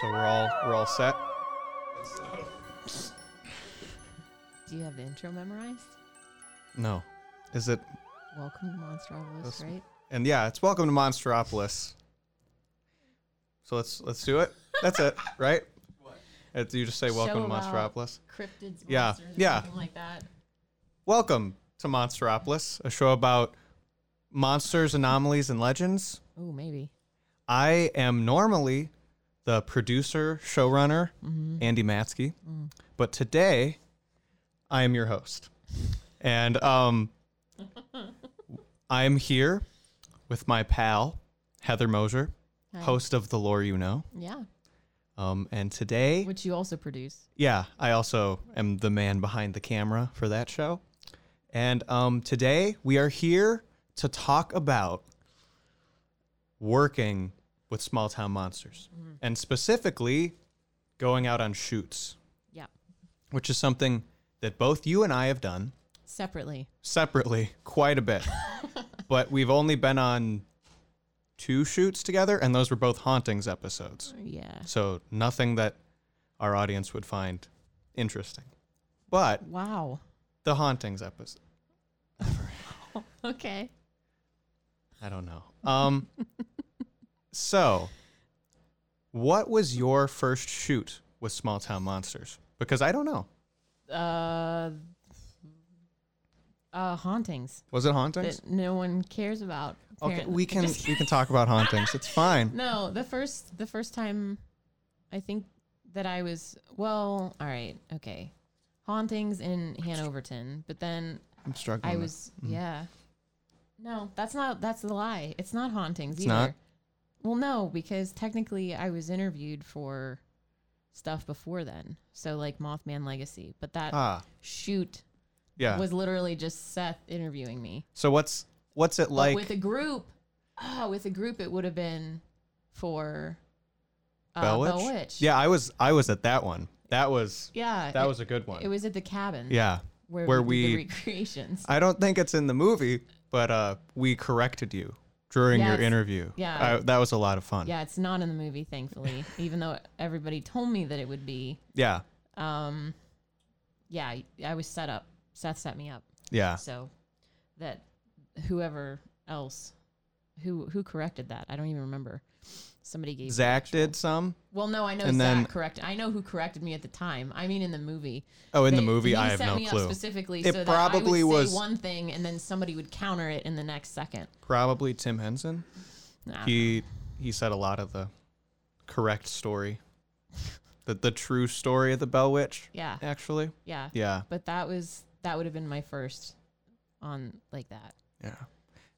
So we're all we're all set. Do you have the intro memorized? No, is it? Welcome to Monsteropolis, That's- right? And yeah, it's welcome to Monsteropolis. So let's let's do it. That's it, right? What? you just say welcome Show to about Monsteropolis. Cryptids, Yeah, monsters, yeah. something like that. Welcome to Monsteropolis, a show about monsters, anomalies, and legends. Oh, maybe. I am normally the producer, showrunner, Andy Matsky, but today I am your host. And um, I am here with my pal, Heather Moser, Hi. host of The Lore You Know. Yeah, Um, and today, which you also produce. yeah, I also am the man behind the camera for that show. And um, today we are here to talk about working with small town monsters and specifically going out on shoots, Yeah, which is something that both you and I have done separately. separately quite a bit. but we've only been on two shoots together, and those were both hauntings episodes. Yeah. So nothing that our audience would find interesting. But Wow. the hauntings episode. Okay. I don't know. Um so what was your first shoot with small town monsters? Because I don't know. Uh, uh, hauntings Was it hauntings? that no one cares about. okay, apparently. we can we can talk about hauntings. It's fine. No, the first the first time I think that I was well, all right, okay. Hauntings in Hanoverton, but then I'm struggling. I with- was yeah. No, that's not that's the lie. It's not hauntings It's either. not? Well, no, because technically I was interviewed for stuff before then. So like Mothman Legacy, but that ah shoot yeah. was literally just Seth interviewing me. so what's what's it But like? with a group, ah, with a group, it would have been for uh, Bell Witch? Yeah, I was I was at that one. That was yeah. that it, was a good one. It was at the cabin. yeah. where, where we, did we- Ah. the recreations. I don't think it's in the movie, but uh we corrected you during Yes. your interview. Yeah. I, that was a lot of fun. yeah, it's not in the movie, thankfully. even though everybody told me that it would be. Yeah. Um, yeah, I- I was set up. Seth set me up, Yeah. so that whoever else who who corrected that, I don't even remember. Somebody gave Zach did some. Well, no, I know And Zach then- corrected. I know who corrected me at the time. I mean, in the movie. Oh, in the They- movie, he I have set no me clue. Up specifically, It so probably that I would was- say one thing, and then somebody would counter it in the next second. Probably Tim Henson. Nah. He he said a lot of the correct story, the the true story of the Bell Witch. yeah, Actually, yeah, yeah, But that was that would have been my first on like that. yeah.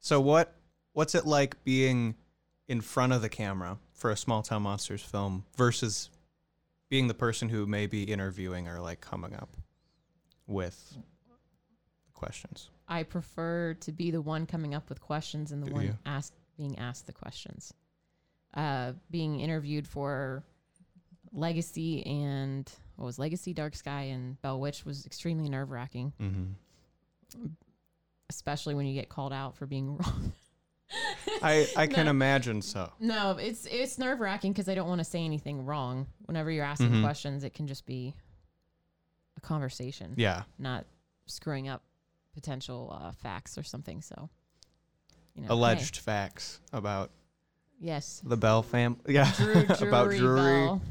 So what what's it like being in front of the camera for a small town monsters film versus being the person who may be interviewing or like coming up with questions? I prefer to be the one coming up with questions and the Do one you? asked being asked the questions. Uh, being interviewed for Legacy and what was Legacy, Dark Sky, and Bell Witch was extremely nerve wracking. Mm-hmm. especially when you get called out for being wrong. I I can No. imagine so. No, it's it's nerve wracking because I don't want to say anything wrong. Whenever you're asking Mhm. questions, it can just be a conversation, Yeah. not screwing up potential uh, facts or something. So, you know, hey, alleged facts about yes, the Bell family. Yeah, Drew, about Drury Bell.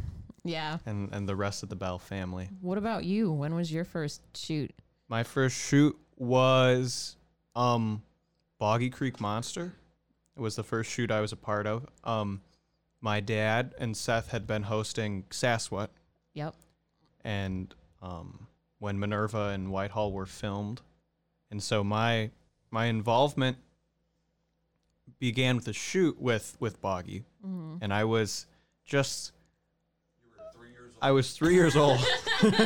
Yeah. and and the rest of the Bell family. What about you? When was your first shoot? My first shoot was um Boggy Creek Monster. It was the first shoot I was a part of. Um my dad and Seth had been hosting Sasquatch Yep. and um when Minerva and Whitehall were filmed. And so my my involvement began with a shoot with with Boggy. And I was just I was three years old.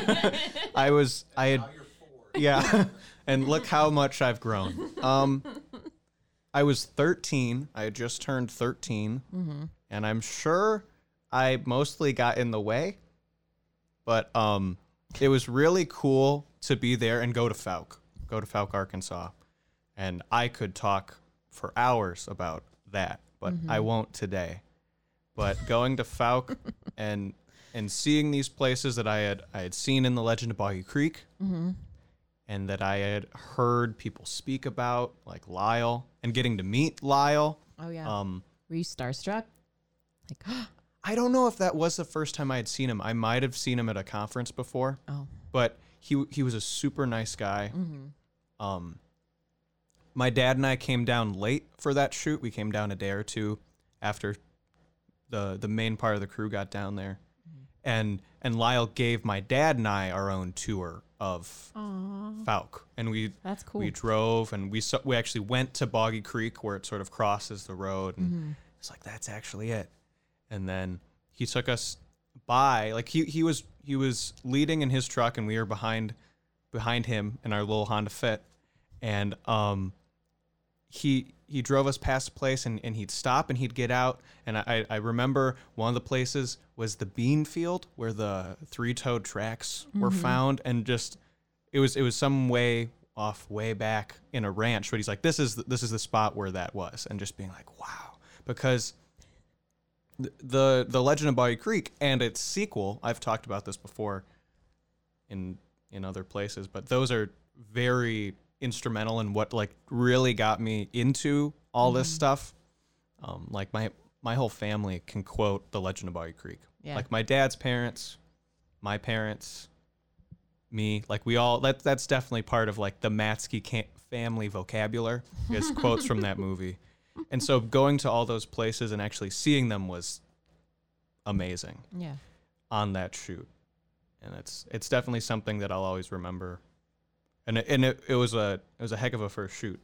I was I had yeah, and look how much I've grown. Um, I was 13. I had just turned 13, and I'm sure I mostly got in the way, but um, it was really cool to be there and go to Falk, go to Falk, Arkansas, and I could talk for hours about that, but I won't today. but going to Falk and and seeing these places that I had I had seen in the Legend of Boggy Creek hmm and that I had heard people speak about, like Lyle, and getting to meet Lyle. Oh yeah. Um, Were you starstruck? Like, I don't know if that was the first time I had seen him. I might have seen him at a conference before, oh, but he he was a super nice guy. hmm Um, my dad and I came down late for that shoot. We came down a day or two after the the main part of the crew got down there, and and Lyle gave my dad and I our own tour of Aww. Falk, and we that's cool. we drove and we saw, we actually went to Boggy Creek where it sort of crosses the road, and it's like that's actually it. And then he took us by like he he was he was leading in his truck and we were behind behind him in our little Honda Fit, and um he he drove us past a place and, and he'd stop and he'd get out and I, I remember one of the places was the bean field where the three-toed tracks were found and just it was it was some way off way back in a ranch but he's like this is the, this is the spot where that was and just being like wow because th- the the legend of body creek and its sequel i've talked about this before in in other places but those are very instrumental in what like really got me into all this stuff um like my my whole family can quote the legend of body creek Yeah. like my dad's parents my parents me like we all that that's definitely part of like the matsky camp family vocabulary is quotes from that movie and so going to all those places and actually seeing them was amazing yeah. on that shoot and it's it's definitely something that i'll always remember and it, and it, it was a it was a heck of a first shoot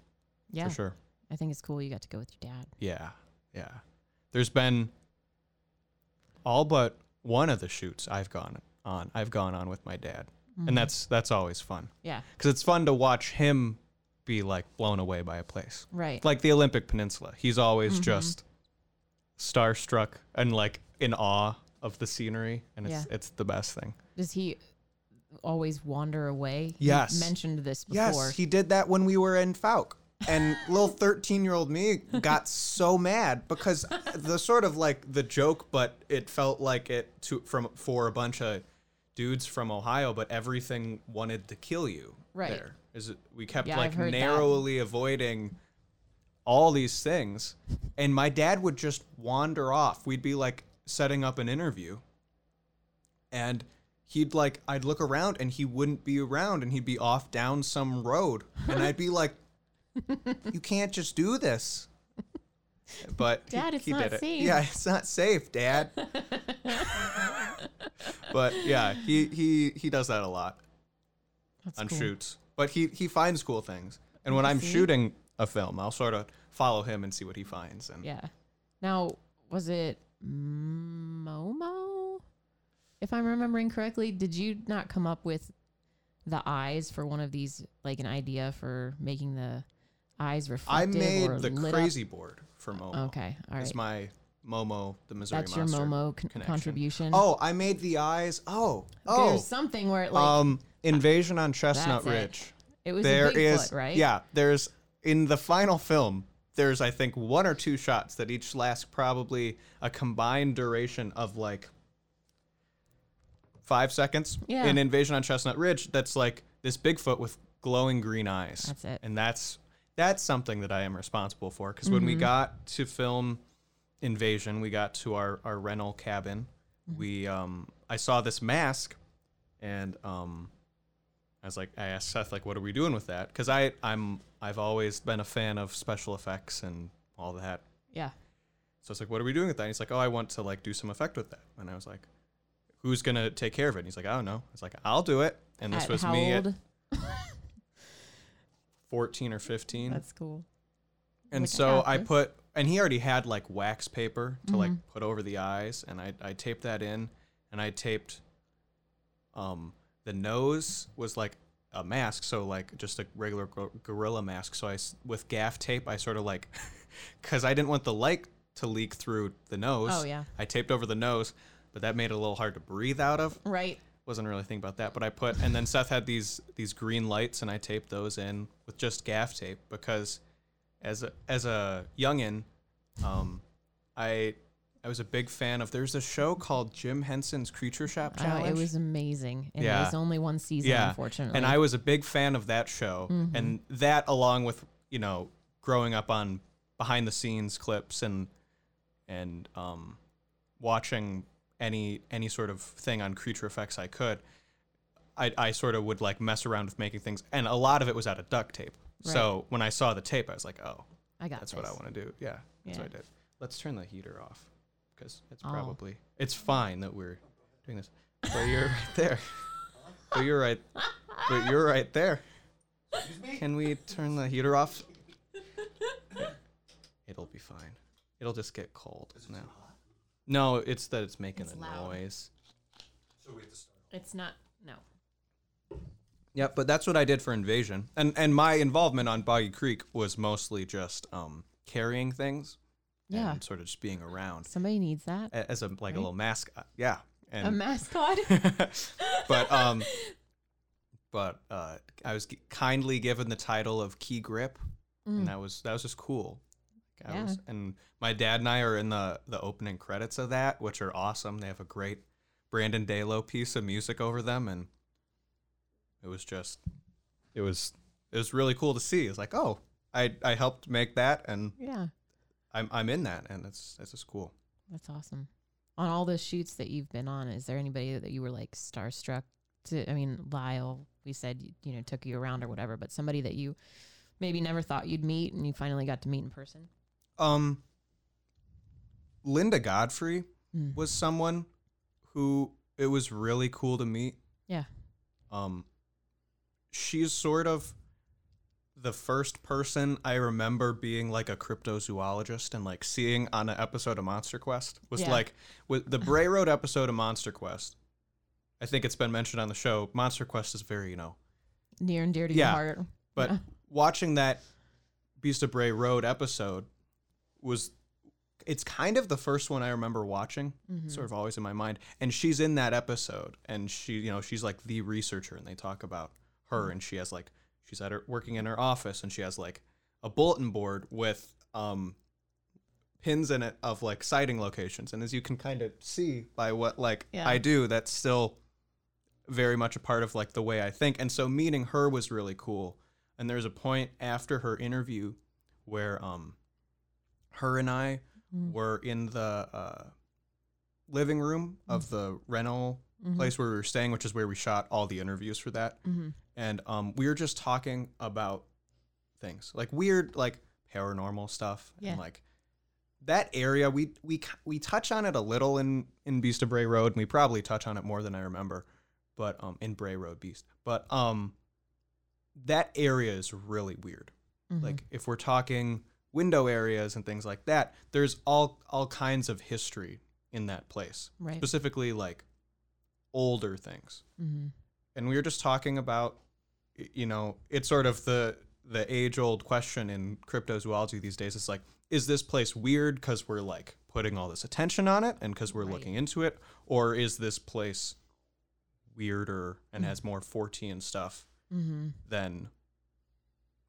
Yeah. for sure I think it's cool you got to go with your dad. yeah yeah there's been all but one of the shoots i've gone on i've gone on with my dad and that's that's always fun Mm-hmm. Yeah. because it's fun to watch him be like blown away by a place Right. like the Olympic Peninsula. He's always just starstruck and like in awe of the scenery, and it's it's the best thing. Does he always wander away? Yes. You mentioned this before. he did that when we were in Falk. And little 13 year old me got so mad because the sort of like the joke, but it felt like it to from for a bunch of dudes from Ohio, but everything wanted to kill you. Right. There is it, we kept Yeah, I've like heard that. narrowly avoiding all these things. And my dad would just wander off. We'd be like setting up an interview. And he'd like, I'd look around and he wouldn't be around and he'd be off down some road. And I'd be like, you can't just do this. But he- Dad, it's he not did it. safe. Yeah, it's not safe, Dad. but yeah, he, he he does that a lot That's on cool. shoots. But he he finds cool things. And when I'm See? shooting a film, I'll sort of follow him and see what he finds. And Yeah. Now, was it Momo? If I'm remembering correctly, did you not come up with the eyes for one of these, like an idea for making the eyes I reflective? or made the lit up? crazy board for Momo. Okay, all It's right. my Momo, the Missouri That's your Monster. Momo con- connection. contribution. Oh, I made the eyes. Oh, oh. there's something where it like um, Invasion on Chestnut That's it. Ridge. it was There a Bigfoot, is, right? yeah. There's in the final film. There's I think one or two shots that each last probably a combined duration of like five seconds. Yeah. In Invasion on Chestnut Ridge, that's like this Bigfoot with glowing green eyes. That's it. And that's that's something that I am responsible for because when Mm-hmm. we got to film Invasion, we got to our our rental cabin. Mm-hmm. We um I saw this mask and um I was like, I asked Seth, like, what are we doing with that? Because I, I'm, I've always been a fan of special effects and all that. yeah. So it's like, what are we doing with that? And he's like, oh, I want to like do some effect with that. And I was like, who's gonna take care of it? And he's like, I don't know. It's like, I'll do it. And this At was how me old? at 14 or 15. That's cool. and like, I so got I this. put, and he already had like wax paper to like Mm-hmm. put over the eyes, and I, I taped that in, and I taped, um, the nose was like a mask, so like just a regular gor- gorilla mask. So I s- with gaff tape, I sort of like, because I didn't want the light to leak through the nose. Oh, yeah. I taped over the nose, but that made it a little hard to breathe out of Right. wasn't really thinking about that, but I put and then Seth had these these green lights and I taped those in with just gaff tape because as a as a youngin, um, I I was a big fan of. There's a show called Jim Henson's Creature Shop Uh, Challenge. it was amazing. And Yeah. it was only one season, Yeah. unfortunately. and I was a big fan of that show, and that along with you know growing up on behind the scenes clips and and um, watching any any sort of thing on creature effects I could, I I sort of would like mess around with making things, and a lot of it was out of duct tape. So when I saw the tape, I was like, oh, I got that's this. what I want to do. Yeah, that's what I Yeah. did. Let's turn the heater off because it's Oh. probably it's fine that we're doing this. But you're right there. But you're right. But you're right there. Can we turn the heater off? It'll be fine. It'll just get cold now. No, it's that it's making It's a loud. noise. It's not. No. Yeah, but that's what I did for Invasion, and and my involvement on Boggy Creek was mostly just um, carrying things, Yeah. and sort of just being around. Somebody needs that. a- as a like a little mascot. Yeah, a and mascot. but um, but uh, I was g- kindly given the title of key grip, and that was that was just cool. I Mm. Yeah. was, and my dad and I are in the the opening credits of that, which are awesome. They have a great Brandon Dalo piece of music over them, and it was just it was it was really cool to see. It's like oh. I, I helped make that and yeah. I'm, I'm in that and it's it's just cool. That's awesome. On all the shoots that you've been on, is there anybody that you were like starstruck to? I mean, Lyle, we said, y- you know, took you around or whatever, but somebody that you maybe never thought you'd meet and you finally got to meet in person? Um, Linda Godfrey Mm. was someone who it was really cool to meet. Yeah. Um, she's sort of the first person I remember being like a cryptozoologist and like seeing on an episode of Monster Quest was Yeah. like with the Bray Road episode of Monster Quest. I think it's been mentioned on the show. Monster Quest is very, you know, Near and dear to your Yeah. heart. but Yeah. watching that Beast of Bray Road episode was it's kind of the first one I remember watching. It's Sort of always in my mind. And she's in that episode and she, you know, she's like the researcher and they talk about her and she has like she's at her working in her office and she has like a bulletin board with um pins in it of like sighting locations and as you can kind of see by what like Yeah. I do that's still very much a part of like the way I think. And so meeting her was really cool. And there's a point after her interview where um her and I were in the uh living room of the rental Mm-hmm. place where we were staying, which is where we shot all the interviews for that. Mm-hmm. And um we were just talking about things. Like weird like paranormal stuff Yeah. and like that area we we k- we touch on it a little in in Beast of Bray Road and we probably touch on it more than I remember but um in Bray Road Beast but um that area is really weird Mm-hmm. like if we're talking window areas and things like that there's all all kinds of history in that place Right. specifically like older things Mm-hmm. and we were just talking about y- you know it's sort of the the age old question in cryptozoology these days it's like is this place weird because we're like putting all this attention on it and because we're Right. looking into it or is this place weirder and Mm. has more fortean stuff Mm-hmm. than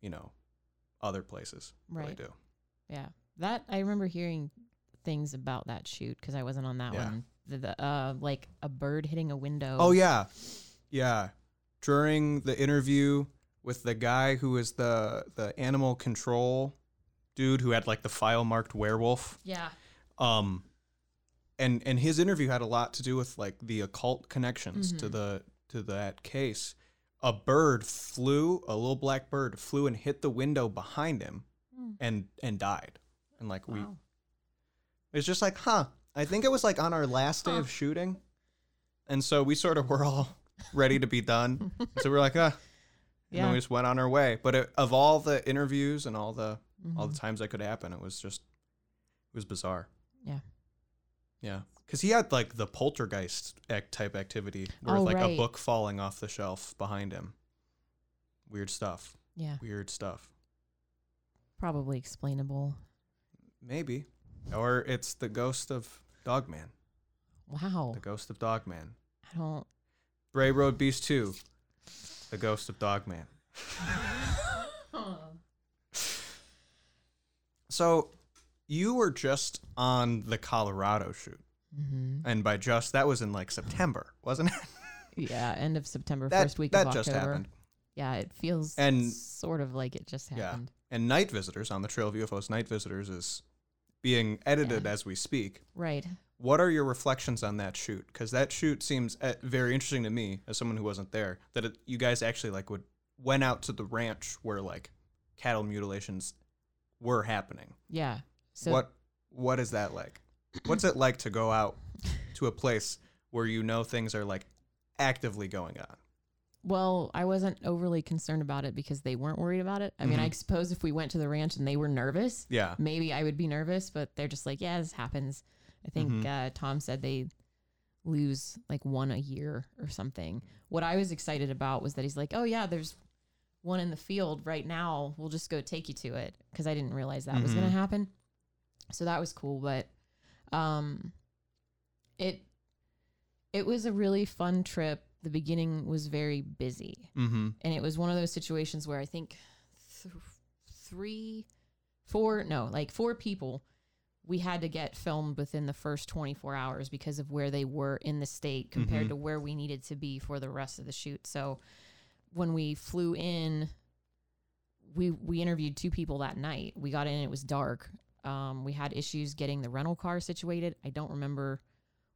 you know other places really Right. do Yeah. That I remember hearing things about that shoot because I wasn't on that Yeah. one. The, the uh, like a bird hitting a window. oh yeah yeah during the interview with the guy who is the the animal control dude who had like the file marked werewolf Yeah. um and and his interview had a lot to do with like the occult connections to the to that case a bird flew a little black bird flew and hit the window behind him Mm. and and died and like we Wow. it's just like huh i think it was like on our last day Huh. of shooting and so we sort of were all ready to be done so we're like ah and then Yeah. we just went on our way but it, of all the interviews and all the all Mhm. the times that could happen it was just it was bizarre Yeah. yeah, because he had like the poltergeist act type activity, where Oh, like a right. book falling off the shelf behind him. Weird stuff. Yeah. Weird stuff. Probably explainable. Maybe, or it's the ghost of Dogman. Wow. The ghost of Dogman. I don't. Bray Road Beast Two. The ghost of Dogman. So you were just on the Colorado shoot, Mm-hmm. and by just that was in like September, wasn't it? Yeah, end of September, that first week that of October. just happened. Yeah, it feels And- sort of like it just Yeah. happened. And Night Visitors on the Trail of UFOs. Night Visitors is being edited Yeah. as we speak. Right. What are your reflections on that shoot? Because that shoot seems uh, very interesting to me as someone who wasn't there. That it, you guys actually like would went out to the ranch where like cattle mutilations were happening. Yeah. So what what is that like? What's it like to go out to a place where you know things are like actively going on? Well, I wasn't overly concerned about it because they weren't worried about it. I Mm-hmm. mean, I suppose if we went to the ranch and they were nervous, Yeah. maybe I would be nervous, but they're just like, yeah, this happens. I think Mhm. uh, Tom said they lose like one a year or something. What I was excited about was that he's like, oh, yeah, there's one in the field right now. We'll just go take you to it because I didn't realize that was going Mhm. to happen. So that was cool. But um, it, it was a really fun trip. The beginning was very busy Mm-hmm. and it was one of those situations where I think th- three, four, no, like four people we had to get filmed within the first 24 hours because of where they were in the state compared Mhm. to where we needed to be for the rest of the shoot. So when we flew in, we we interviewed two people that night. We got in, it was dark. Um, we had issues getting the rental car situated. I don't remember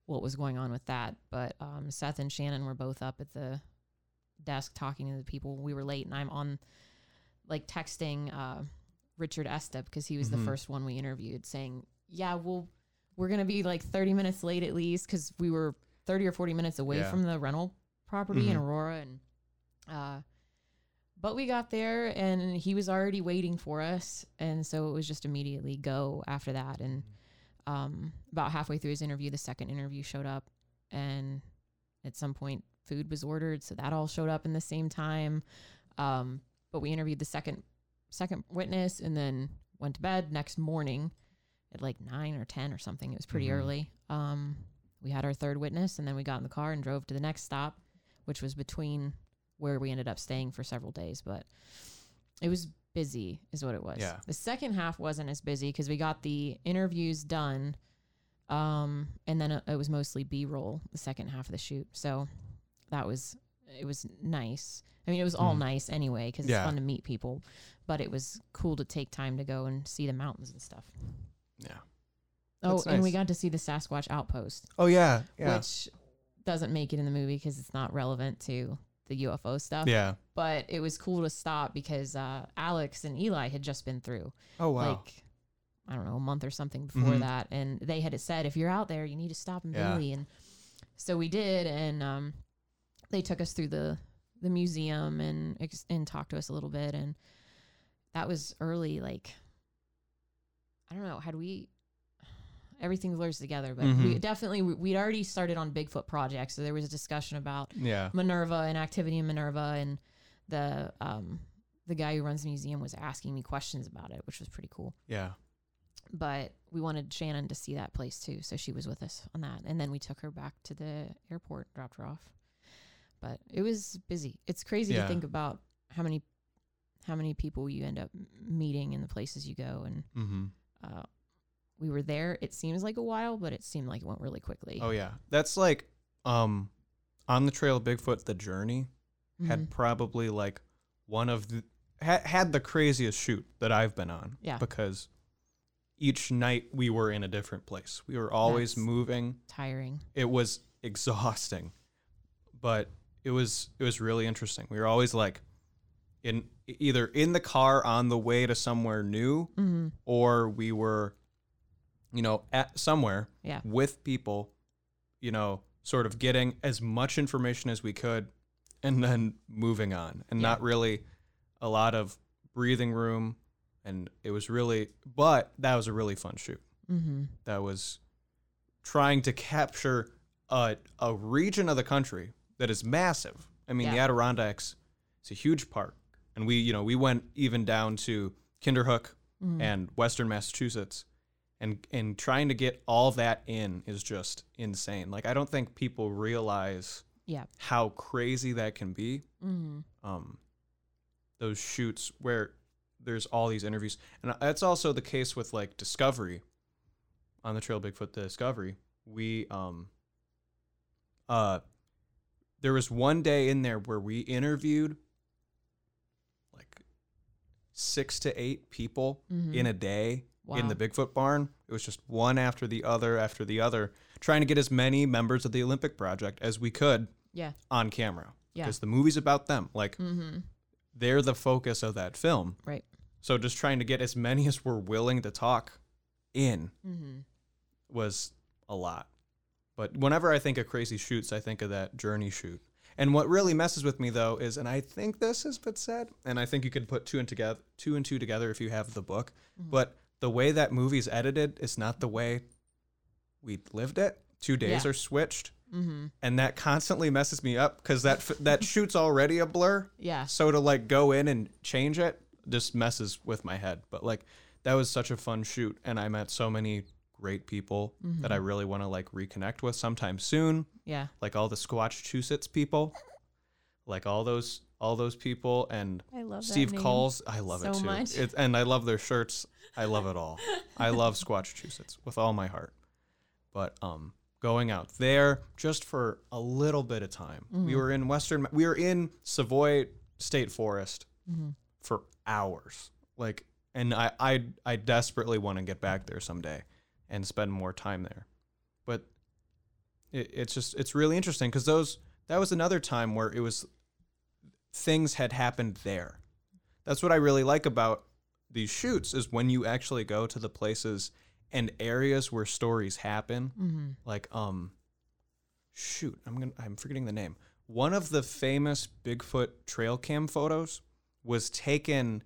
what was going on with that, but um, Seth and Shannon were both up at the desk talking to the people. We were late, and I'm on like texting uh, Richard Estep because he was Mhm. the first one we interviewed, saying, "Yeah, well, we're gonna be like 30 minutes late at least because we were 30 or 40 minutes away Yeah. from the rental property in Mhm. Aurora, and uh, but we got there, and he was already waiting for us, and so it was just immediately go after that, and um, about halfway through his interview, the second interview showed up, and at some point, food was ordered, so that all showed up in the same time. Um, but we interviewed the second second witness, and then went to bed next morning at like nine or ten or something. It was pretty Mhm. early. Um, we had our third witness, and then we got in the car and drove to the next stop, which was between where we ended up staying for several days. But it was busy, is what it was. Yeah. The second half wasn't as busy because we got the interviews done um and then it, it was mostly b-roll the second half of the shoot so that was it was nice i mean it was all Mhm. nice anyway because Yeah. it's fun to meet people but it was cool to take time to go and see the mountains and stuff Yeah. oh That's and we nice. got to see the sasquatch outpost Oh yeah. Yeah. which doesn't make it in the movie because it's not relevant to the ufo stuff yeah. but it was cool to stop because uh alex and eli had just been through Oh wow. like I don't know, a month or something before Mhm. that. And they had said, if you're out there, you need to stop in Yeah. Bailey. And so we did, and um, they took us through the the museum and ex- and talked to us a little bit. And that was early, like I don't know, had we everything blurs together, but we Mhm. definitely we- we'd already started on Bigfoot project, so there was a discussion about yeah. Minerva and activity in Minerva and the um the guy who runs the museum was asking me questions about it, which was pretty cool. Yeah. But we wanted Shannon to see that place too, so she was with us on that. And then we took her back to the airport, dropped her off. But it was busy. It's crazy Yeah. to think about how many how many people you end up m- meeting in the places you go and Mm-hmm. uh we were there. It seems like a while, but it seemed like it went really quickly. Oh yeah. That's like um on the trail of Bigfoot the journey had Mhm. probably like one of the ha- had the craziest shoot that I've been on Yeah. because each night we were in a different place. We were always That's- moving. tiring. it was exhausting but it was it was really interesting we were always like in e, either in the car on the way to somewhere new Mhm. or we were you know at somewhere Yeah. with people you know sort of getting as much information as we could and then moving on and Yeah. not really a lot of breathing room and it was really but that was a really fun shoot Mhm. that was trying to capture a, a region of the country that is massive. I mean, the Yeah. Adirondacks is a huge park, and we you know we went even down to Kinderhook Mhm. and Western Massachusetts, and and trying to get all that in is just insane. Like I don't think people realize Yeah. how Mm-hmm. crazy that can be. Mhm. Um, those shoots where there's all these interviews, and that's also the case with like Discovery, on the Trail Bigfoot Discovery. We um. Uh, there was one day in there where we interviewed like six to eight people Mhm. in a day in Wow. the Bigfoot barn. It was just one after the other after the other, trying to get as many members of the Olympic Project as we could Yeah. on camera. Yeah. Because the movie's about them. Like Mm-hmm. they're the focus of that film. Right. So just trying to get as many as were willing to talk in Mm-hmm. was a lot. But whenever I think of crazy shoots, I think of that journey shoot. And what really messes with me though is, and I think this has been said, and I think you can put two and together, two and two together if you have the book. Mm-hmm. But the way that movie's edited is not the way we lived it. Two days Yeah. are switched, Mm-hmm. and that constantly messes me up because that f- that shoot's already a blur. Yeah. So to like go in and change it just messes with my head. But like that was such a fun shoot and I met so many great people that I Mm-hmm. really want to like reconnect with sometime soon. Yeah. Like all the Squatchusets people. Like all those all those people and I love Steve calls. I love it so too. much. It, and I love their shirts. I love it all. I love Squatchusets with all my heart. But um, going out there just for a little bit of time. We were in Western. We were in Savoy State Forest for hours. Like, and I, I, I desperately want to get back there someday and spend more time there. But it, it's just it's really interesting because those that was another time where it was things had happened there. That's what I really like about these shoots is when you actually go to the places and areas where stories happen. Mm-hmm. Like um shoot, I'm going to I'm forgetting the name. One of the famous Bigfoot trail cam photos was taken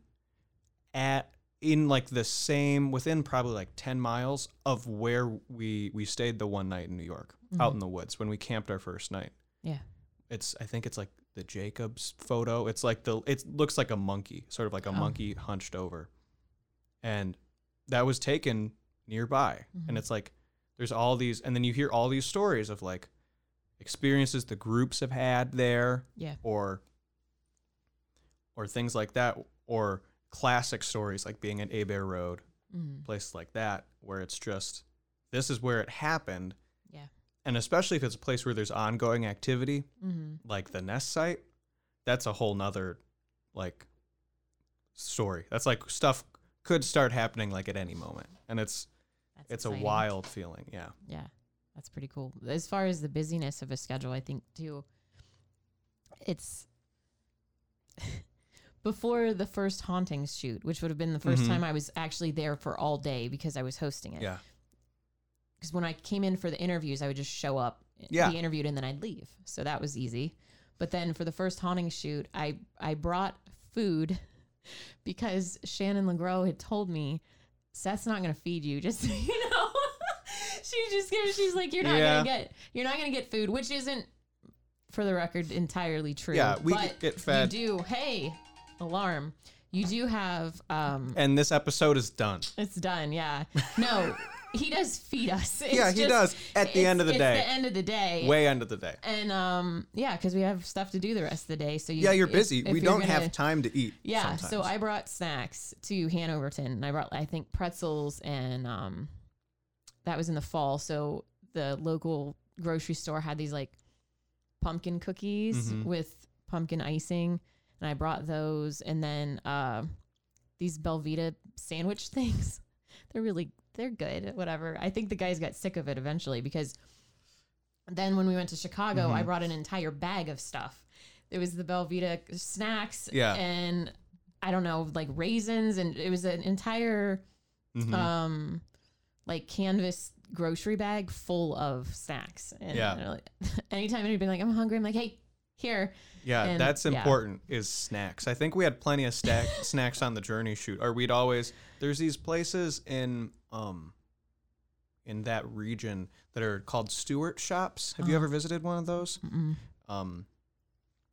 at in like the same within probably like 10 miles of where we we stayed the one night in New York out in the woods when we camped our first night Mm-hmm. Yeah. it's I think it's like the Jacobs photo. It's like the it looks like a monkey, sort of like a Oh. monkey hunched over. And that was taken nearby. Mm-hmm. And it's like there's all these and then you hear all these stories of like experiences the groups have had there Yeah. or or things like that or classic stories like being at Abear Road Mm-hmm. places like that where it's just this is where it happened Yeah. and especially if it's a place where there's ongoing activity Mm-hmm. like the nest site that's a whole nother like story that's like stuff could start happening like at any moment and it's That's it's exciting. a wild feeling yeah Yeah, that's pretty cool. As far as the busyness of a schedule, I think too, it's before the first hauntings shoot, which would have been the 1st Mhm. time I was actually there for all day because I was hosting it. yeah Because when I came in for the interviews, I would just show up, Yeah. be interviewed, and then I'd leave. So that was easy. But then for the first haunting shoot, I I brought food because Shannon Legros had told me Seth's not gonna feed you. Just so you know, she just gives. She's like, you're not Yeah. gonna get you're not gonna get food, which isn't for the record entirely true. yeah we but get fed You do. Hey, alarm. You do have um and this episode is done it's done. Yeah. No, he does feed us. It's Yeah, he just- does, at the it's- end of the it's day. the end of the day. way end of the day And um, yeah, because we have stuff to do the rest of the day. So you, yeah you're if- busy if we you're don't gonna- have time to eat Yeah. So sometimes. I brought snacks to Hanoverton, and I brought I think pretzels and um, that was in the fall. So the local grocery store had these like pumpkin cookies Mhm. with pumpkin icing, and I brought those, and then uh, these Belvita sandwich things. they're really they're good. Whatever. I think the guys got sick of it eventually because then when we went to Chicago, Mm-hmm. I brought an entire bag of stuff. It was the Belvita snacks Yeah. and I don't know, like raisins and it was an entire Mhm. um like canvas grocery bag full of snacks. And Yeah. they're like- anytime anybody's like, I'm hungry, I'm like, hey, here. yeah and- that's yeah. important is snacks i think we had plenty of stack, snacks on the journey shoot or we'd always there's these places in um in that region that are called Stewart shops Oh. have you ever visited one of those Mm-mm. um,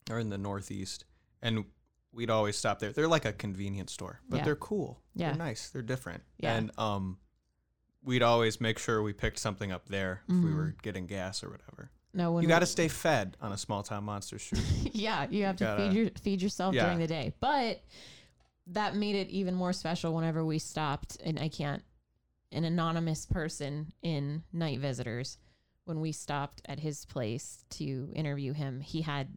or in the Northeast, and we'd always stop there. They're like a convenience store, but Yeah. they're cool. Yeah. they're nice. They're different. Yeah. and um, we'd always make sure we picked something up there if Mm-hmm. we were getting gas or whatever. No one you got to stay fed on a small town monster shoot. yeah, you have to gotta- feed your feed yourself Yeah. during the day. But that made it even more special whenever we stopped and I can't an anonymous person in Night Visitors when we stopped at his place to interview him, he had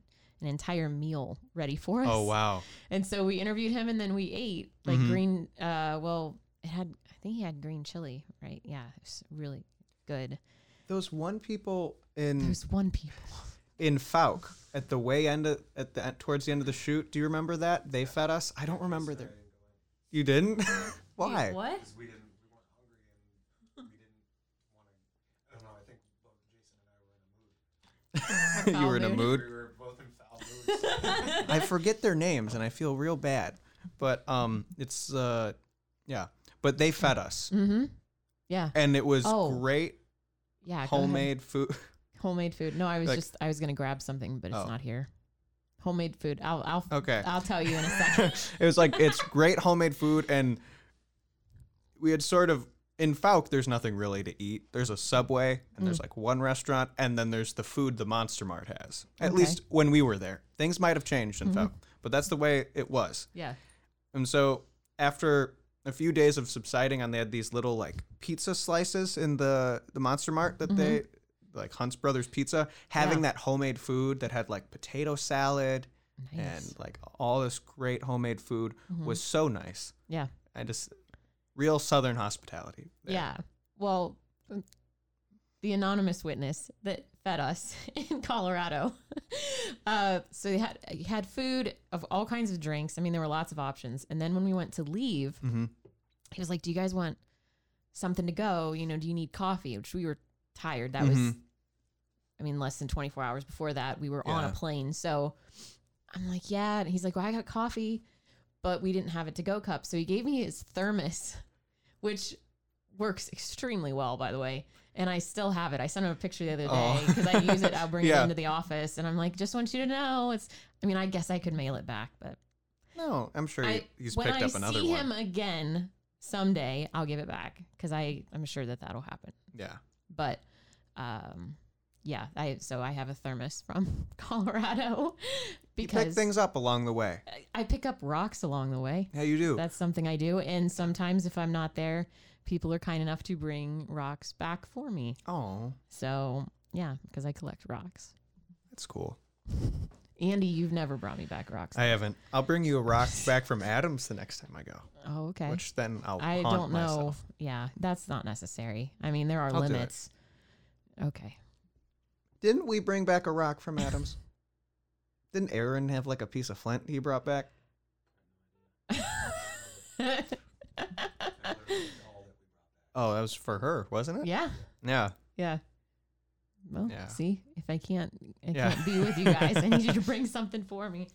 an entire meal ready for us. Oh wow. And so we interviewed him and then we ate like Mhm. green uh well, it had I think he had green chili, right? Yeah, it was really good. Those one people in There's one people. in Falk at the way end of, at the towards the end of the shoot. Do you remember that they fed us? I don't remember their. You didn't? Why? What? we didn't we weren't hungry and we didn't want to. I don't know. I think both Jason and I were in a mood. you were in a Foul mood. We were both in foul moods. I forget their names and I feel real bad. But um, it's uh, yeah. But they fed us Mm-hmm. Yeah. and it was Oh. great Yeah. go ahead. homemade food. homemade food. No, I was Like- just I was gonna grab something, but it's Oh. not here. Homemade food. I'll I'll Okay. I'll tell you in a second. it was like it's great homemade food and we had sort of in Falk there's nothing really to eat. There's a subway and Mm. there's like one restaurant and then there's the food the Monster Mart has. At Okay. Mm-hmm. least when we were there. Things might have changed in Falk, but that's the way it was. yeah. And so after a few days of subsiding and they had these little like pizza slices in the the Monster Mart that they like Hunt's Brothers Pizza, having Mm-hmm. Yeah. that homemade food that had like potato salad Nice. Mm-hmm. and like all this great homemade food was so nice. yeah. I just real southern hospitality. there. Yeah. Well, the anonymous witness that fed us in Colorado. Uh, so he had he had food of all kinds of drinks. I mean, there were lots of options. And then when we went to leave, Mhm. he was like, "Do you guys want something to go? You know, do you need coffee?" Which we were tired. That was, Mhm. I mean, less than twenty four hours before that we were on a Yeah. plane. So I'm like, "Yeah," and he's like, "Well, I got coffee." But we didn't have a to go cup. So he gave me his thermos, which works extremely well, by the way. And I still have it. I sent him a picture the other Oh. day because I use it. I'll bring it Yeah. into the office, and I'm like, just want you to know, it's. I mean, I guess I could mail it back, but No, I'm sure I, he- he's when picked I up another see one. him again someday, I'll give it back because I I'm sure that that'll happen. yeah. But, um, yeah, I so I have a thermos from Colorado You pick because Uh, things up along the way. I- I pick up rocks along the way. Yeah, you do. That's something I do. And sometimes if I'm not there, people are kind enough to bring rocks back for me. Oh, So yeah, because I collect rocks. that's cool. Andy, you've never brought me back rocks. I haven't. I'll bring you a rock back from Adams the next time I go, oh, okay. which then I'll I haunt don't know. myself. Yeah, that's not necessary. I mean, there are I'll do it. limits. Okay. Didn't we bring back a rock from Adams? Didn't Aaron have like a piece of flint he brought back? Oh, that was for her, wasn't it? yeah. yeah. Yeah. Well, Yeah. see, if I can't, I Yeah. can't be with you guys. I need you to bring something for me,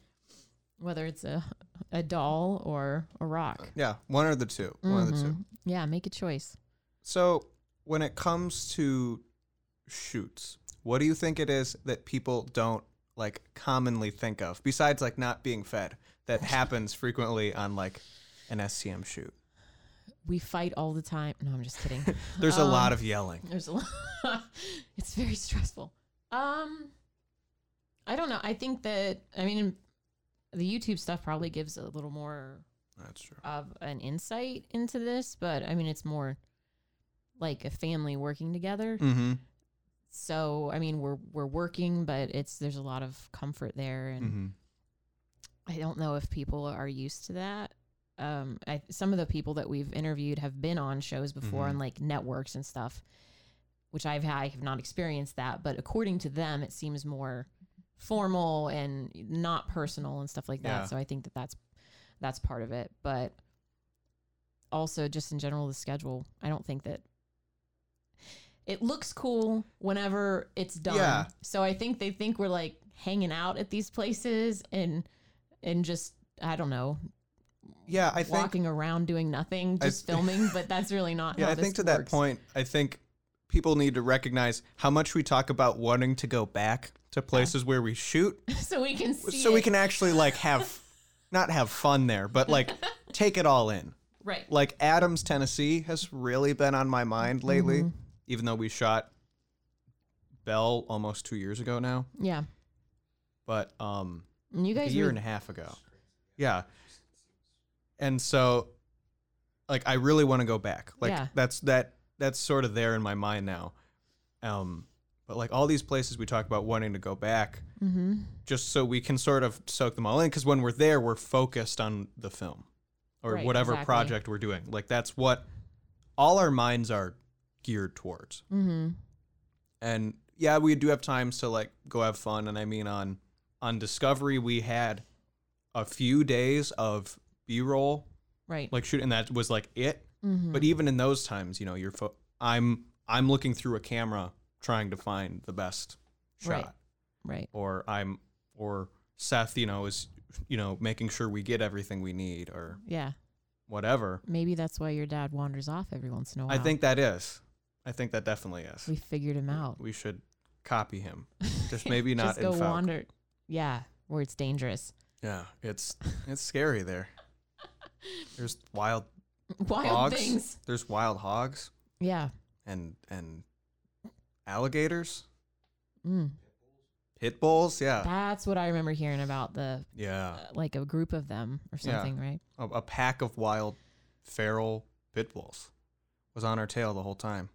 whether it's a a doll or a rock. Yeah, one or the 2 One of the two. Mhm. Yeah, make a choice. So, when it comes to shoots, what do you think it is that people don't like commonly think of besides like not being fed that happens frequently on like an SCM shoot? We fight all the time. No, I'm just kidding. There's a Um, lot of yelling. There's a lot. it's very stressful. Um, I don't know. I think that I mean, the YouTube stuff probably gives a little more That's true. of an insight into this, but I mean, it's more like a family working together. Mm-hmm. So I mean, we're we're working, but it's there's a lot of comfort there, and Mm-hmm. I don't know if people are used to that. Um, I, some of the people that we've interviewed have been on shows before Mhm. on like networks and stuff, which I've I have not experienced that. But according to them, it seems more formal and not personal and stuff like that. Yeah. So I think that that's that's part of it. But also, just in general, the schedule. I don't think that it looks cool whenever it's done. Yeah. So I think they think we're like hanging out at these places and and just I don't know, Yeah, I think walking around doing nothing, I just th- filming. But that's really not. Yeah, how I this think to that works. point, I think people need to recognize how much we talk about wanting to go back to places where we shoot so we can see. so we it. can actually like have not have fun there, but like take it all in. right. like Adams, Tennessee has really been on my mind lately, Mm-hmm. even though we shot Bell almost two years ago now, Yeah, but um, and you like a guys year were- and a half ago. Yeah. and so like I really want to go back. Like Yeah. that's that that's sort of there in my mind now. Um but like all these places we talk about wanting to go back Mm-hmm. just so we can sort of soak them all in because when we're there we're focused on the film or Right, whatever exactly. project we're doing. Like that's what all our minds are geared towards. Mm-hmm. And yeah, we do have times to like go have fun and I mean on on Discovery we had a few days of B-roll Right. like shoot and that was like it mm-hmm. but even in those times you know you're fo- i'm i'm looking through a camera trying to find the best shot Right. right. or i'm or seth you know is you know making sure we get everything we need or Yeah. whatever Maybe that's why your dad wanders off every once in a while. i think that is i think that definitely is we figured him out. we should copy him just maybe not Just go in Falcon. wander. Yeah, where it's dangerous. yeah it's it's scary there there's wild Wild hogs things. there's wild hogs Yeah. and and alligators Mm. pit bulls yeah That's what I remember hearing about the yeah uh, like a group of them or Yeah. something, right? a, a pack of wild feral pit bulls was on our tail the whole time.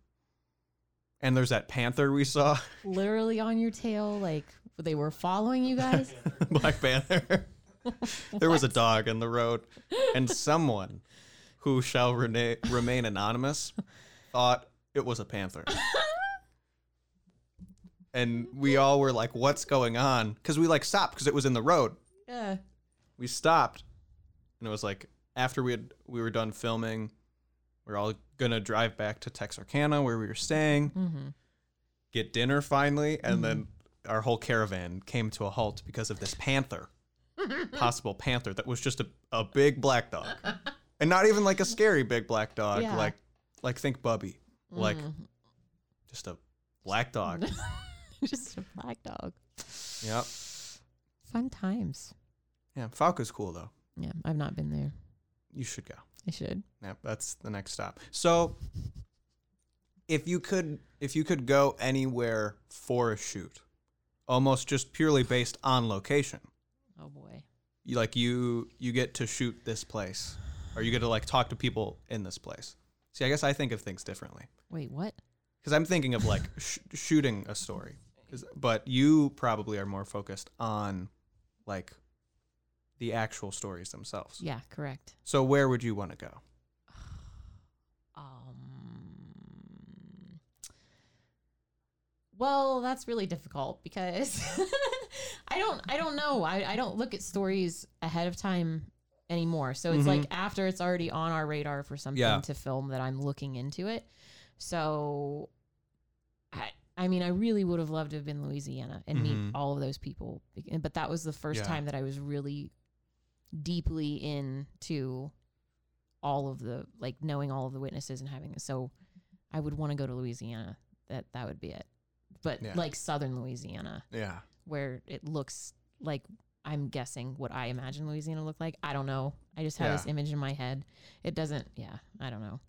And there's that panther we saw, Literally on your tail, like they were following you guys. Black Panther. there was a dog in the road, and someone who shall rena- remain anonymous thought it was a panther. And we all were like, "What's going on?" Because we like stopped because it was in the road. yeah. we stopped and it was like after we had we were done filming we are all gonna drive back to texarkana where we were staying Mm-hmm. get dinner finally and then our whole caravan came to a halt because of this panther possible panther that was just a, a big black dog and not even like a scary big black dog Yeah. Mm-hmm. like like think bubby like just a black dog Just a black dog. yep Fun times. yeah falco's cool though Yeah, I've not been there. you should go I should. Yep, that's the next stop. So if you could if you could go anywhere for a shoot, almost just purely based on location. Oh boy. You, like you you get to shoot this place or you get to like talk to people in this place. See, I guess I think of things differently Wait, what? cuz I'm thinking of like sh- shooting a story. 'Cause- But you probably are more focused on like the actual stories themselves. Yeah, correct. So where would you want to go? Um, well, that's really difficult because I don't I don't know. I, I don't look at stories ahead of time anymore. So it's like after it's already on our radar for something Yeah. to film that I'm looking into it. So I I mean, I really would have loved to have been in Louisiana and meet Mhm. all of those people. Bec- But that was the first Yeah. time that I was really deeply into all of the like knowing all of the witnesses and having so I would want to go to Louisiana. That that would be it. But Yeah. like southern Louisiana Yeah. where it looks like I'm guessing what I imagine Louisiana looked like. I don't know. I just have this Yeah. image in my head. It doesn't yeah, I don't know.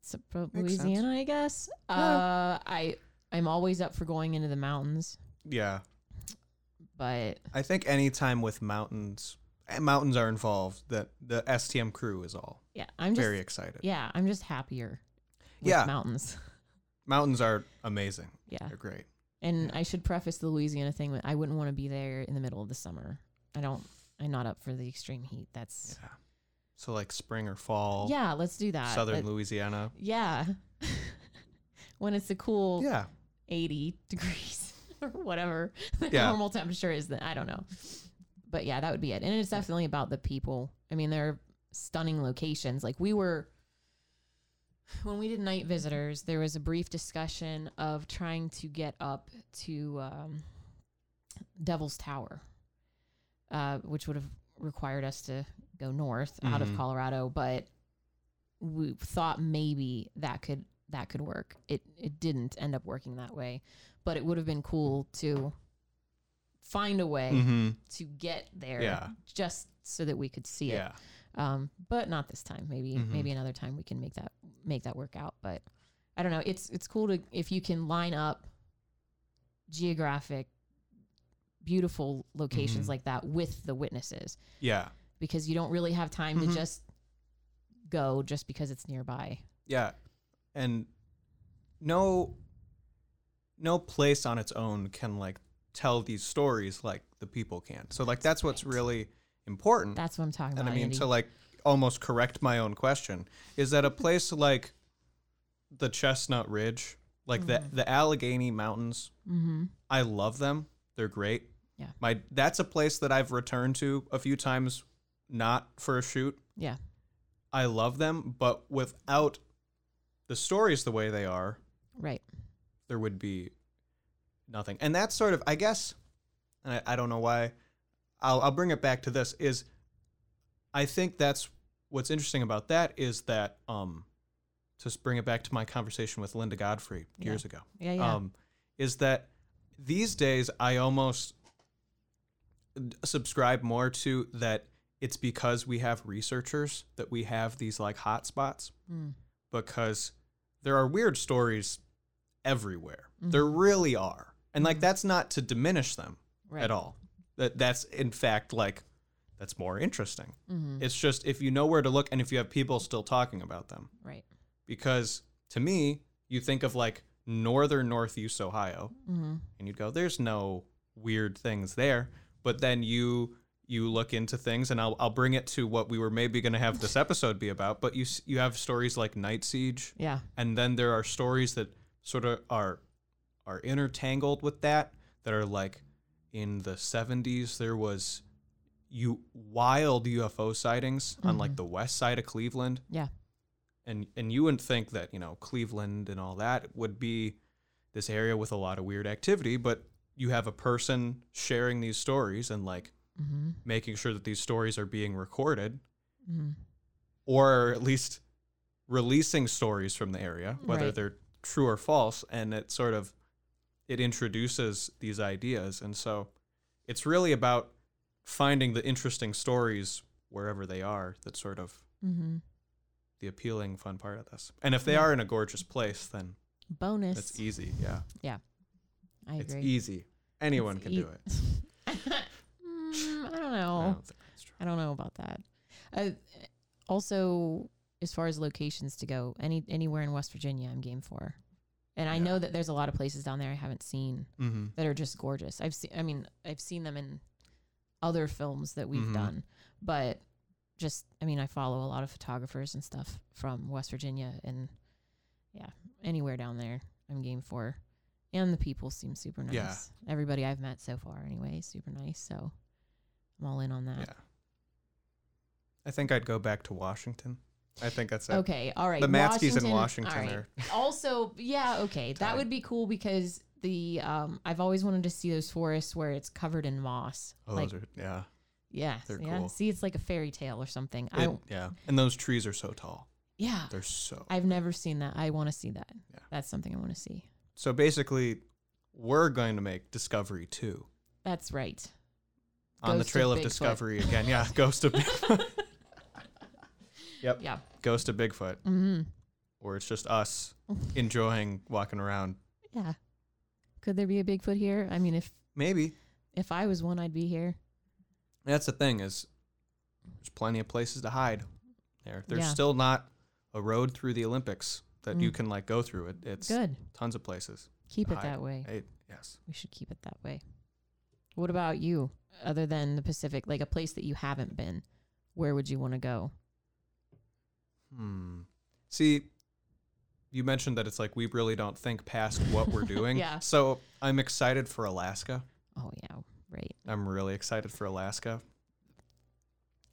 So, pro- Makes sense. Louisiana, I guess. Uh I I'm always up for going into the mountains, Yeah. but I think any time with mountains, eh, mountains are involved. That the STM crew is all yeah, I'm just very excited. yeah, I'm just happier with Yeah. mountains. Mountains are amazing. Yeah. They're great. And I should preface the Louisiana thing with I wouldn't want to be there in the middle of the summer. I don't. I'm not up for the extreme heat. That's Yeah. So like spring or fall, yeah. let's do that. southern That- Louisiana. yeah. when it's a cool Yeah. 80 degrees or whatever the Yeah. normal temperature is, then I don't know. But yeah, that would be it. And it's definitely about the people. I mean, they're stunning locations. Like we were when we did night visitors, there was a brief discussion of trying to get up to um, Devil's Tower, uh, which would have required us to go north out of Mhm. Colorado, but we thought maybe that could that could work. It it didn't end up working that way, but it would have been cool to find a way Mm-hmm. to get there Yeah. just so that we could see it Yeah. um, but not this time. Maybe Mhm. maybe another time we can make that make that work out. But I don't know. It's it's cool to if you can line up geographic, beautiful locations Mhm. like that with the witnesses. Yeah. because you don't really have time Mhm. to just go just because it's nearby. Yeah. And no no place on its own can like tell these stories like the people can. So like that's what's right. really important. That's what I'm talking Mm. and about. I mean Andy. to like almost correct my own question is that a place like the Chestnut Ridge, like Mm-hmm. the the Allegheny Mountains, Mhm. I love them. They're great. Yeah. My that's a place that I've returned to a few times not for a shoot Yeah. I love them, but without the stories the way they are, Right. there would be nothing. And that's sort of, I guess, and I, I don't know why, I'll, I'll bring it back to this is I think that's what's interesting about that is that, um, to bring it back to my conversation with Linda Godfrey Yeah. years ago, Yeah. Yeah. um, is that these days I almost subscribe more to that it's because we have researchers that we have these like hot spots Mm. because there are weird stories everywhere. There really are. And like that's not to diminish them Right. at all. That that's in fact like that's more interesting. Mhm. It's just if you know where to look and if you have people still talking about them. Right. Because to me, you think of like northern northeast Ohio hmm and you'd go there's no weird things there but then you you look into things and I'll, I'll bring it to what we were maybe going to have this episode be about but you s- you have stories like night siege Yeah. and then there are stories that sort of are are intertangled with that that are like in the 70s there was you wild UFO sightings on like the west side of Cleveland Yeah. and and you wouldn't think that you know Cleveland and all that would be this area with a lot of weird activity, but you have a person sharing these stories and like hmm making sure that these stories are being recorded hmm or at least releasing stories from the area, whether Right. they're true or false, and it sort of it introduces these ideas, and so it's really about finding the interesting stories wherever they are that sort of hmm the appealing fun part of this. And if they Yeah. are in a gorgeous place, then Bonus. that's easy. Yeah. I it's e-, agree. easy. Anyone It's can ea- do it. Mm, I don't I know. don't think that's true. I don't know about that. Uh, also, as far as locations to go, any anywhere in West Virginia, I'm game for. And I Yeah. know that there's a lot of places down there I haven't seen Mhm. that are just gorgeous. I've seen, I mean, I've seen them in other films that we've Mhm. done, but just, I mean, I follow a lot of photographers and stuff from West Virginia, and yeah, anywhere down there, I'm game for. And the people seem super nice. Yeah. Everybody I've met so far, anyway, is super nice. So I'm all in on that. Yeah. I think I'd go back to Washington. I think that's it. Okay, all right. The Matskys in all Washington right. are also, yeah, okay, that Tied. would be cool because the um, I've always wanted to see those forests where it's covered in moss. oh, like, those are yeah. yeah, they're yeah. cool. See, it's like a fairy tale or something. I It- don't- yeah. And those trees are so tall. yeah, They're so I've never seen that. I want to see that. Yeah. That's something I want to see. So basically we're going to make Discovery two. That's right. on the Ghost of trail of, Bigfoot. Discovery again. Yeah. Ghost of Bigfoot. yep. Yeah. Ghost of Bigfoot. hmm Or it's just us enjoying walking around. Yeah. Could there be a Bigfoot here? I mean, if Maybe. if I was one, I'd be here. That's the thing is, there's plenty of places to hide. There, there's Yeah. still not a road through the Olympics that you Mm. can like go through. It, it's Good. tons of places. Keep it hide. that way. It, yes. We should keep it that way. What about you? Other than the Pacific, like a place that you haven't been, where would you want to go? Hmm. See, you mentioned that it's like we really don't think past what we're doing. Yeah. So I'm excited for Alaska. Oh yeah, right. I'm really excited for Alaska.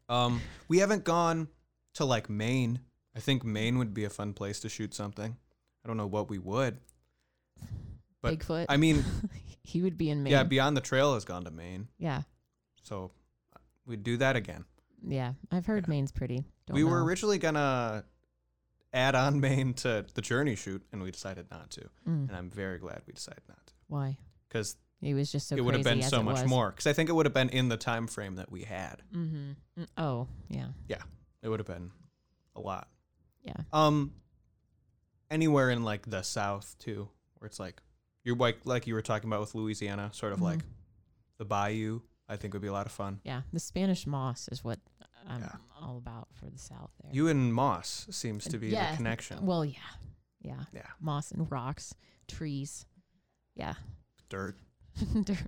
Um, we haven't gone to like Maine. I think Maine would be a fun place to shoot something. I don't know what we would. But Bigfoot. I mean, he would be in Uh, Maine. Yeah, Beyond the Trail has gone to Maine, yeah, so we'd do that again. yeah. I've heard Yeah. Maine's pretty. Don't we were know. originally gonna add on Maine to the Journey shoot, and we decided not to. Mm, And I'm very glad we decided not to, why? because It was just so. it would have crazy been as so it much was. more. Because I think it would have been in the time frame that we had. Mm-hmm. Oh yeah, It would have been a lot. yeah. Um, anywhere in like the South too, where it's like you're like like you were talking about with Louisiana, sort of Mhm. like the Bayou. I think would be a lot of fun. Yeah, the Spanish moss is what I'm Yeah. all about for the South there. You and Moss seems to be Yeah, the connection. Well, yeah, yeah. Yeah. Moss and rocks, trees. Yeah. Dirt. Dirt.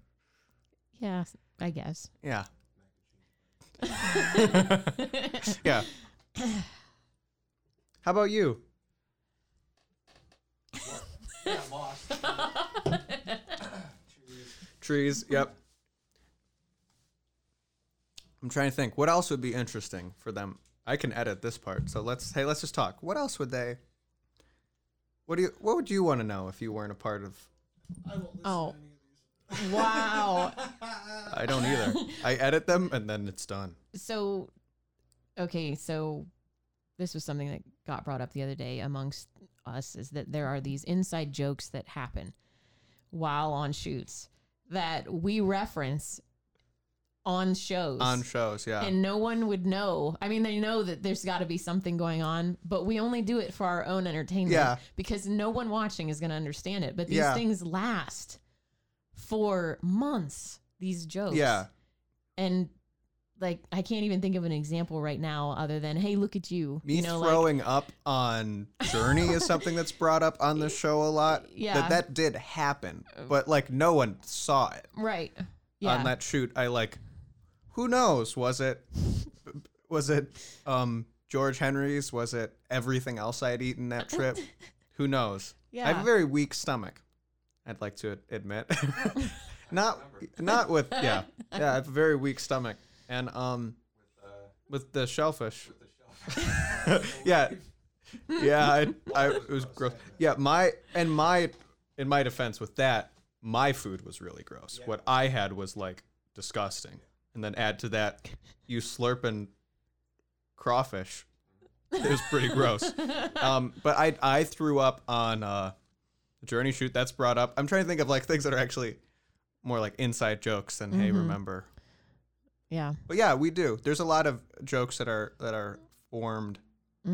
yeah, s- I guess. Yeah. yeah. Yeah. How about you? Got lost. Trees. Trees. Yep. I'm trying to think. What else would be interesting for them? I can edit this part. So let's hey, let's just talk. What else would they? What do you? What would you want to know if you weren't a part of? I won't listen Oh. to any of Wow. these. I don't either. I edit them and then it's done. So, okay, so this was something that got brought up the other day amongst us is that there are these inside jokes that happen while on shoots that we reference on shows. On shows, yeah. and no one would know. I mean, they know that there's got to be something going on, but we only do it for our own entertainment Yeah. because no one watching is going to understand it. But these Yeah. things last for months, these jokes. yeah. And like, I can't even think of an example right now other than, hey, look at you. Me you know, like, throwing up on Journey is something that's brought up on the show a lot. Yeah. That that did happen, but like no one saw it right. Yeah. on that shoot. I like, who knows? Was it, was it, um, George Henry's? Was it everything else I'd eaten that trip? who knows? I have Yeah. a very weak stomach. I'd like to admit, not not with yeah yeah. I have a very weak stomach, and um, Uh, with the shellfish. with the shelf. yeah, yeah. I, I it was gross. Yeah, my and my in my defense with that, my food was really gross. What I had was like disgusting, and then add to that, you slurping crawfish. It was pretty gross. Um, but I I threw up on uh, journey shoot. That's brought up. I'm trying to think of like things that are actually more like inside jokes than Mm-hmm. hey remember. yeah. But yeah, we do. There's a lot of jokes that are that are formed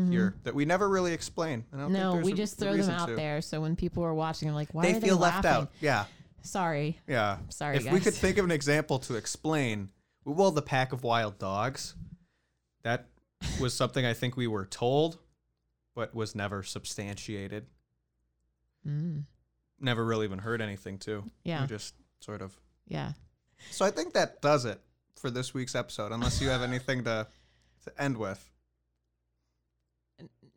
here that we never really explain. And I don't Mm-hmm. No, think there's we a- just a throw them reason out to. there. So when people are watching, they're like, why They are feel they left laughing? out. Yeah, Sorry. yeah. Sorry, If we could guys. think of an example to explain, well, the pack of wild dogs, that was something I think we were told, but was never substantiated. Mm. Never really even heard anything to. Yeah. We just sort of. Yeah. So I think that does it for this week's episode. Unless you have anything to to end with.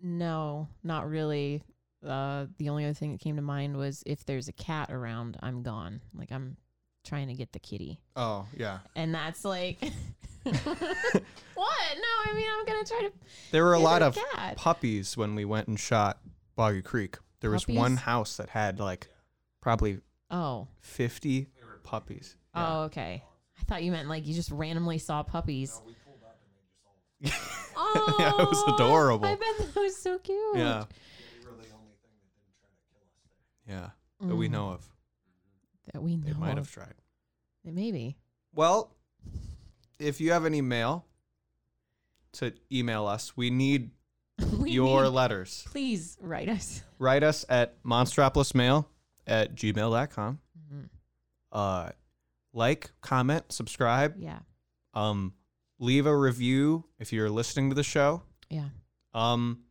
No, not really. Uh, the only other thing that came to mind was if there's a cat around, I'm gone. Like I'm trying to get the kitty, Oh yeah. and that's like what? No, I mean I'm gonna try to. There were a get lot the of cat. puppies when we went and shot Boggy Creek. There was one Puppies? house that had like probably Oh, 50 puppies. oh, okay. I thought you meant like you just randomly saw puppies. Oh, Yeah, it was adorable. I bet that was so cute. Yeah. We were the only thing that didn't try to kill us there. Yeah. That Mm. we know of. that we know. They might of. have tried. Maybe. Well, if you have any mail to email us, we need We your need- letters. please write us. Write us at monstropolismail at gmail.com. Mhm. Uh, like, comment, subscribe. Yeah. Um, leave a review if you're listening to the show. Yeah. Um,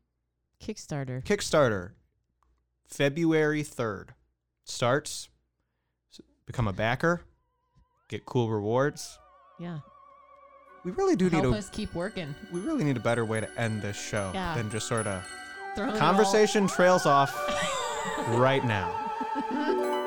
Kickstarter. Kickstarter, February 3rd. Starts. S- Become a backer. Get cool rewards. Yeah. We really do need Help a us keep working. we really need a better way to end this show Yeah. than just sort of Throwing it all- conversation trails off right now.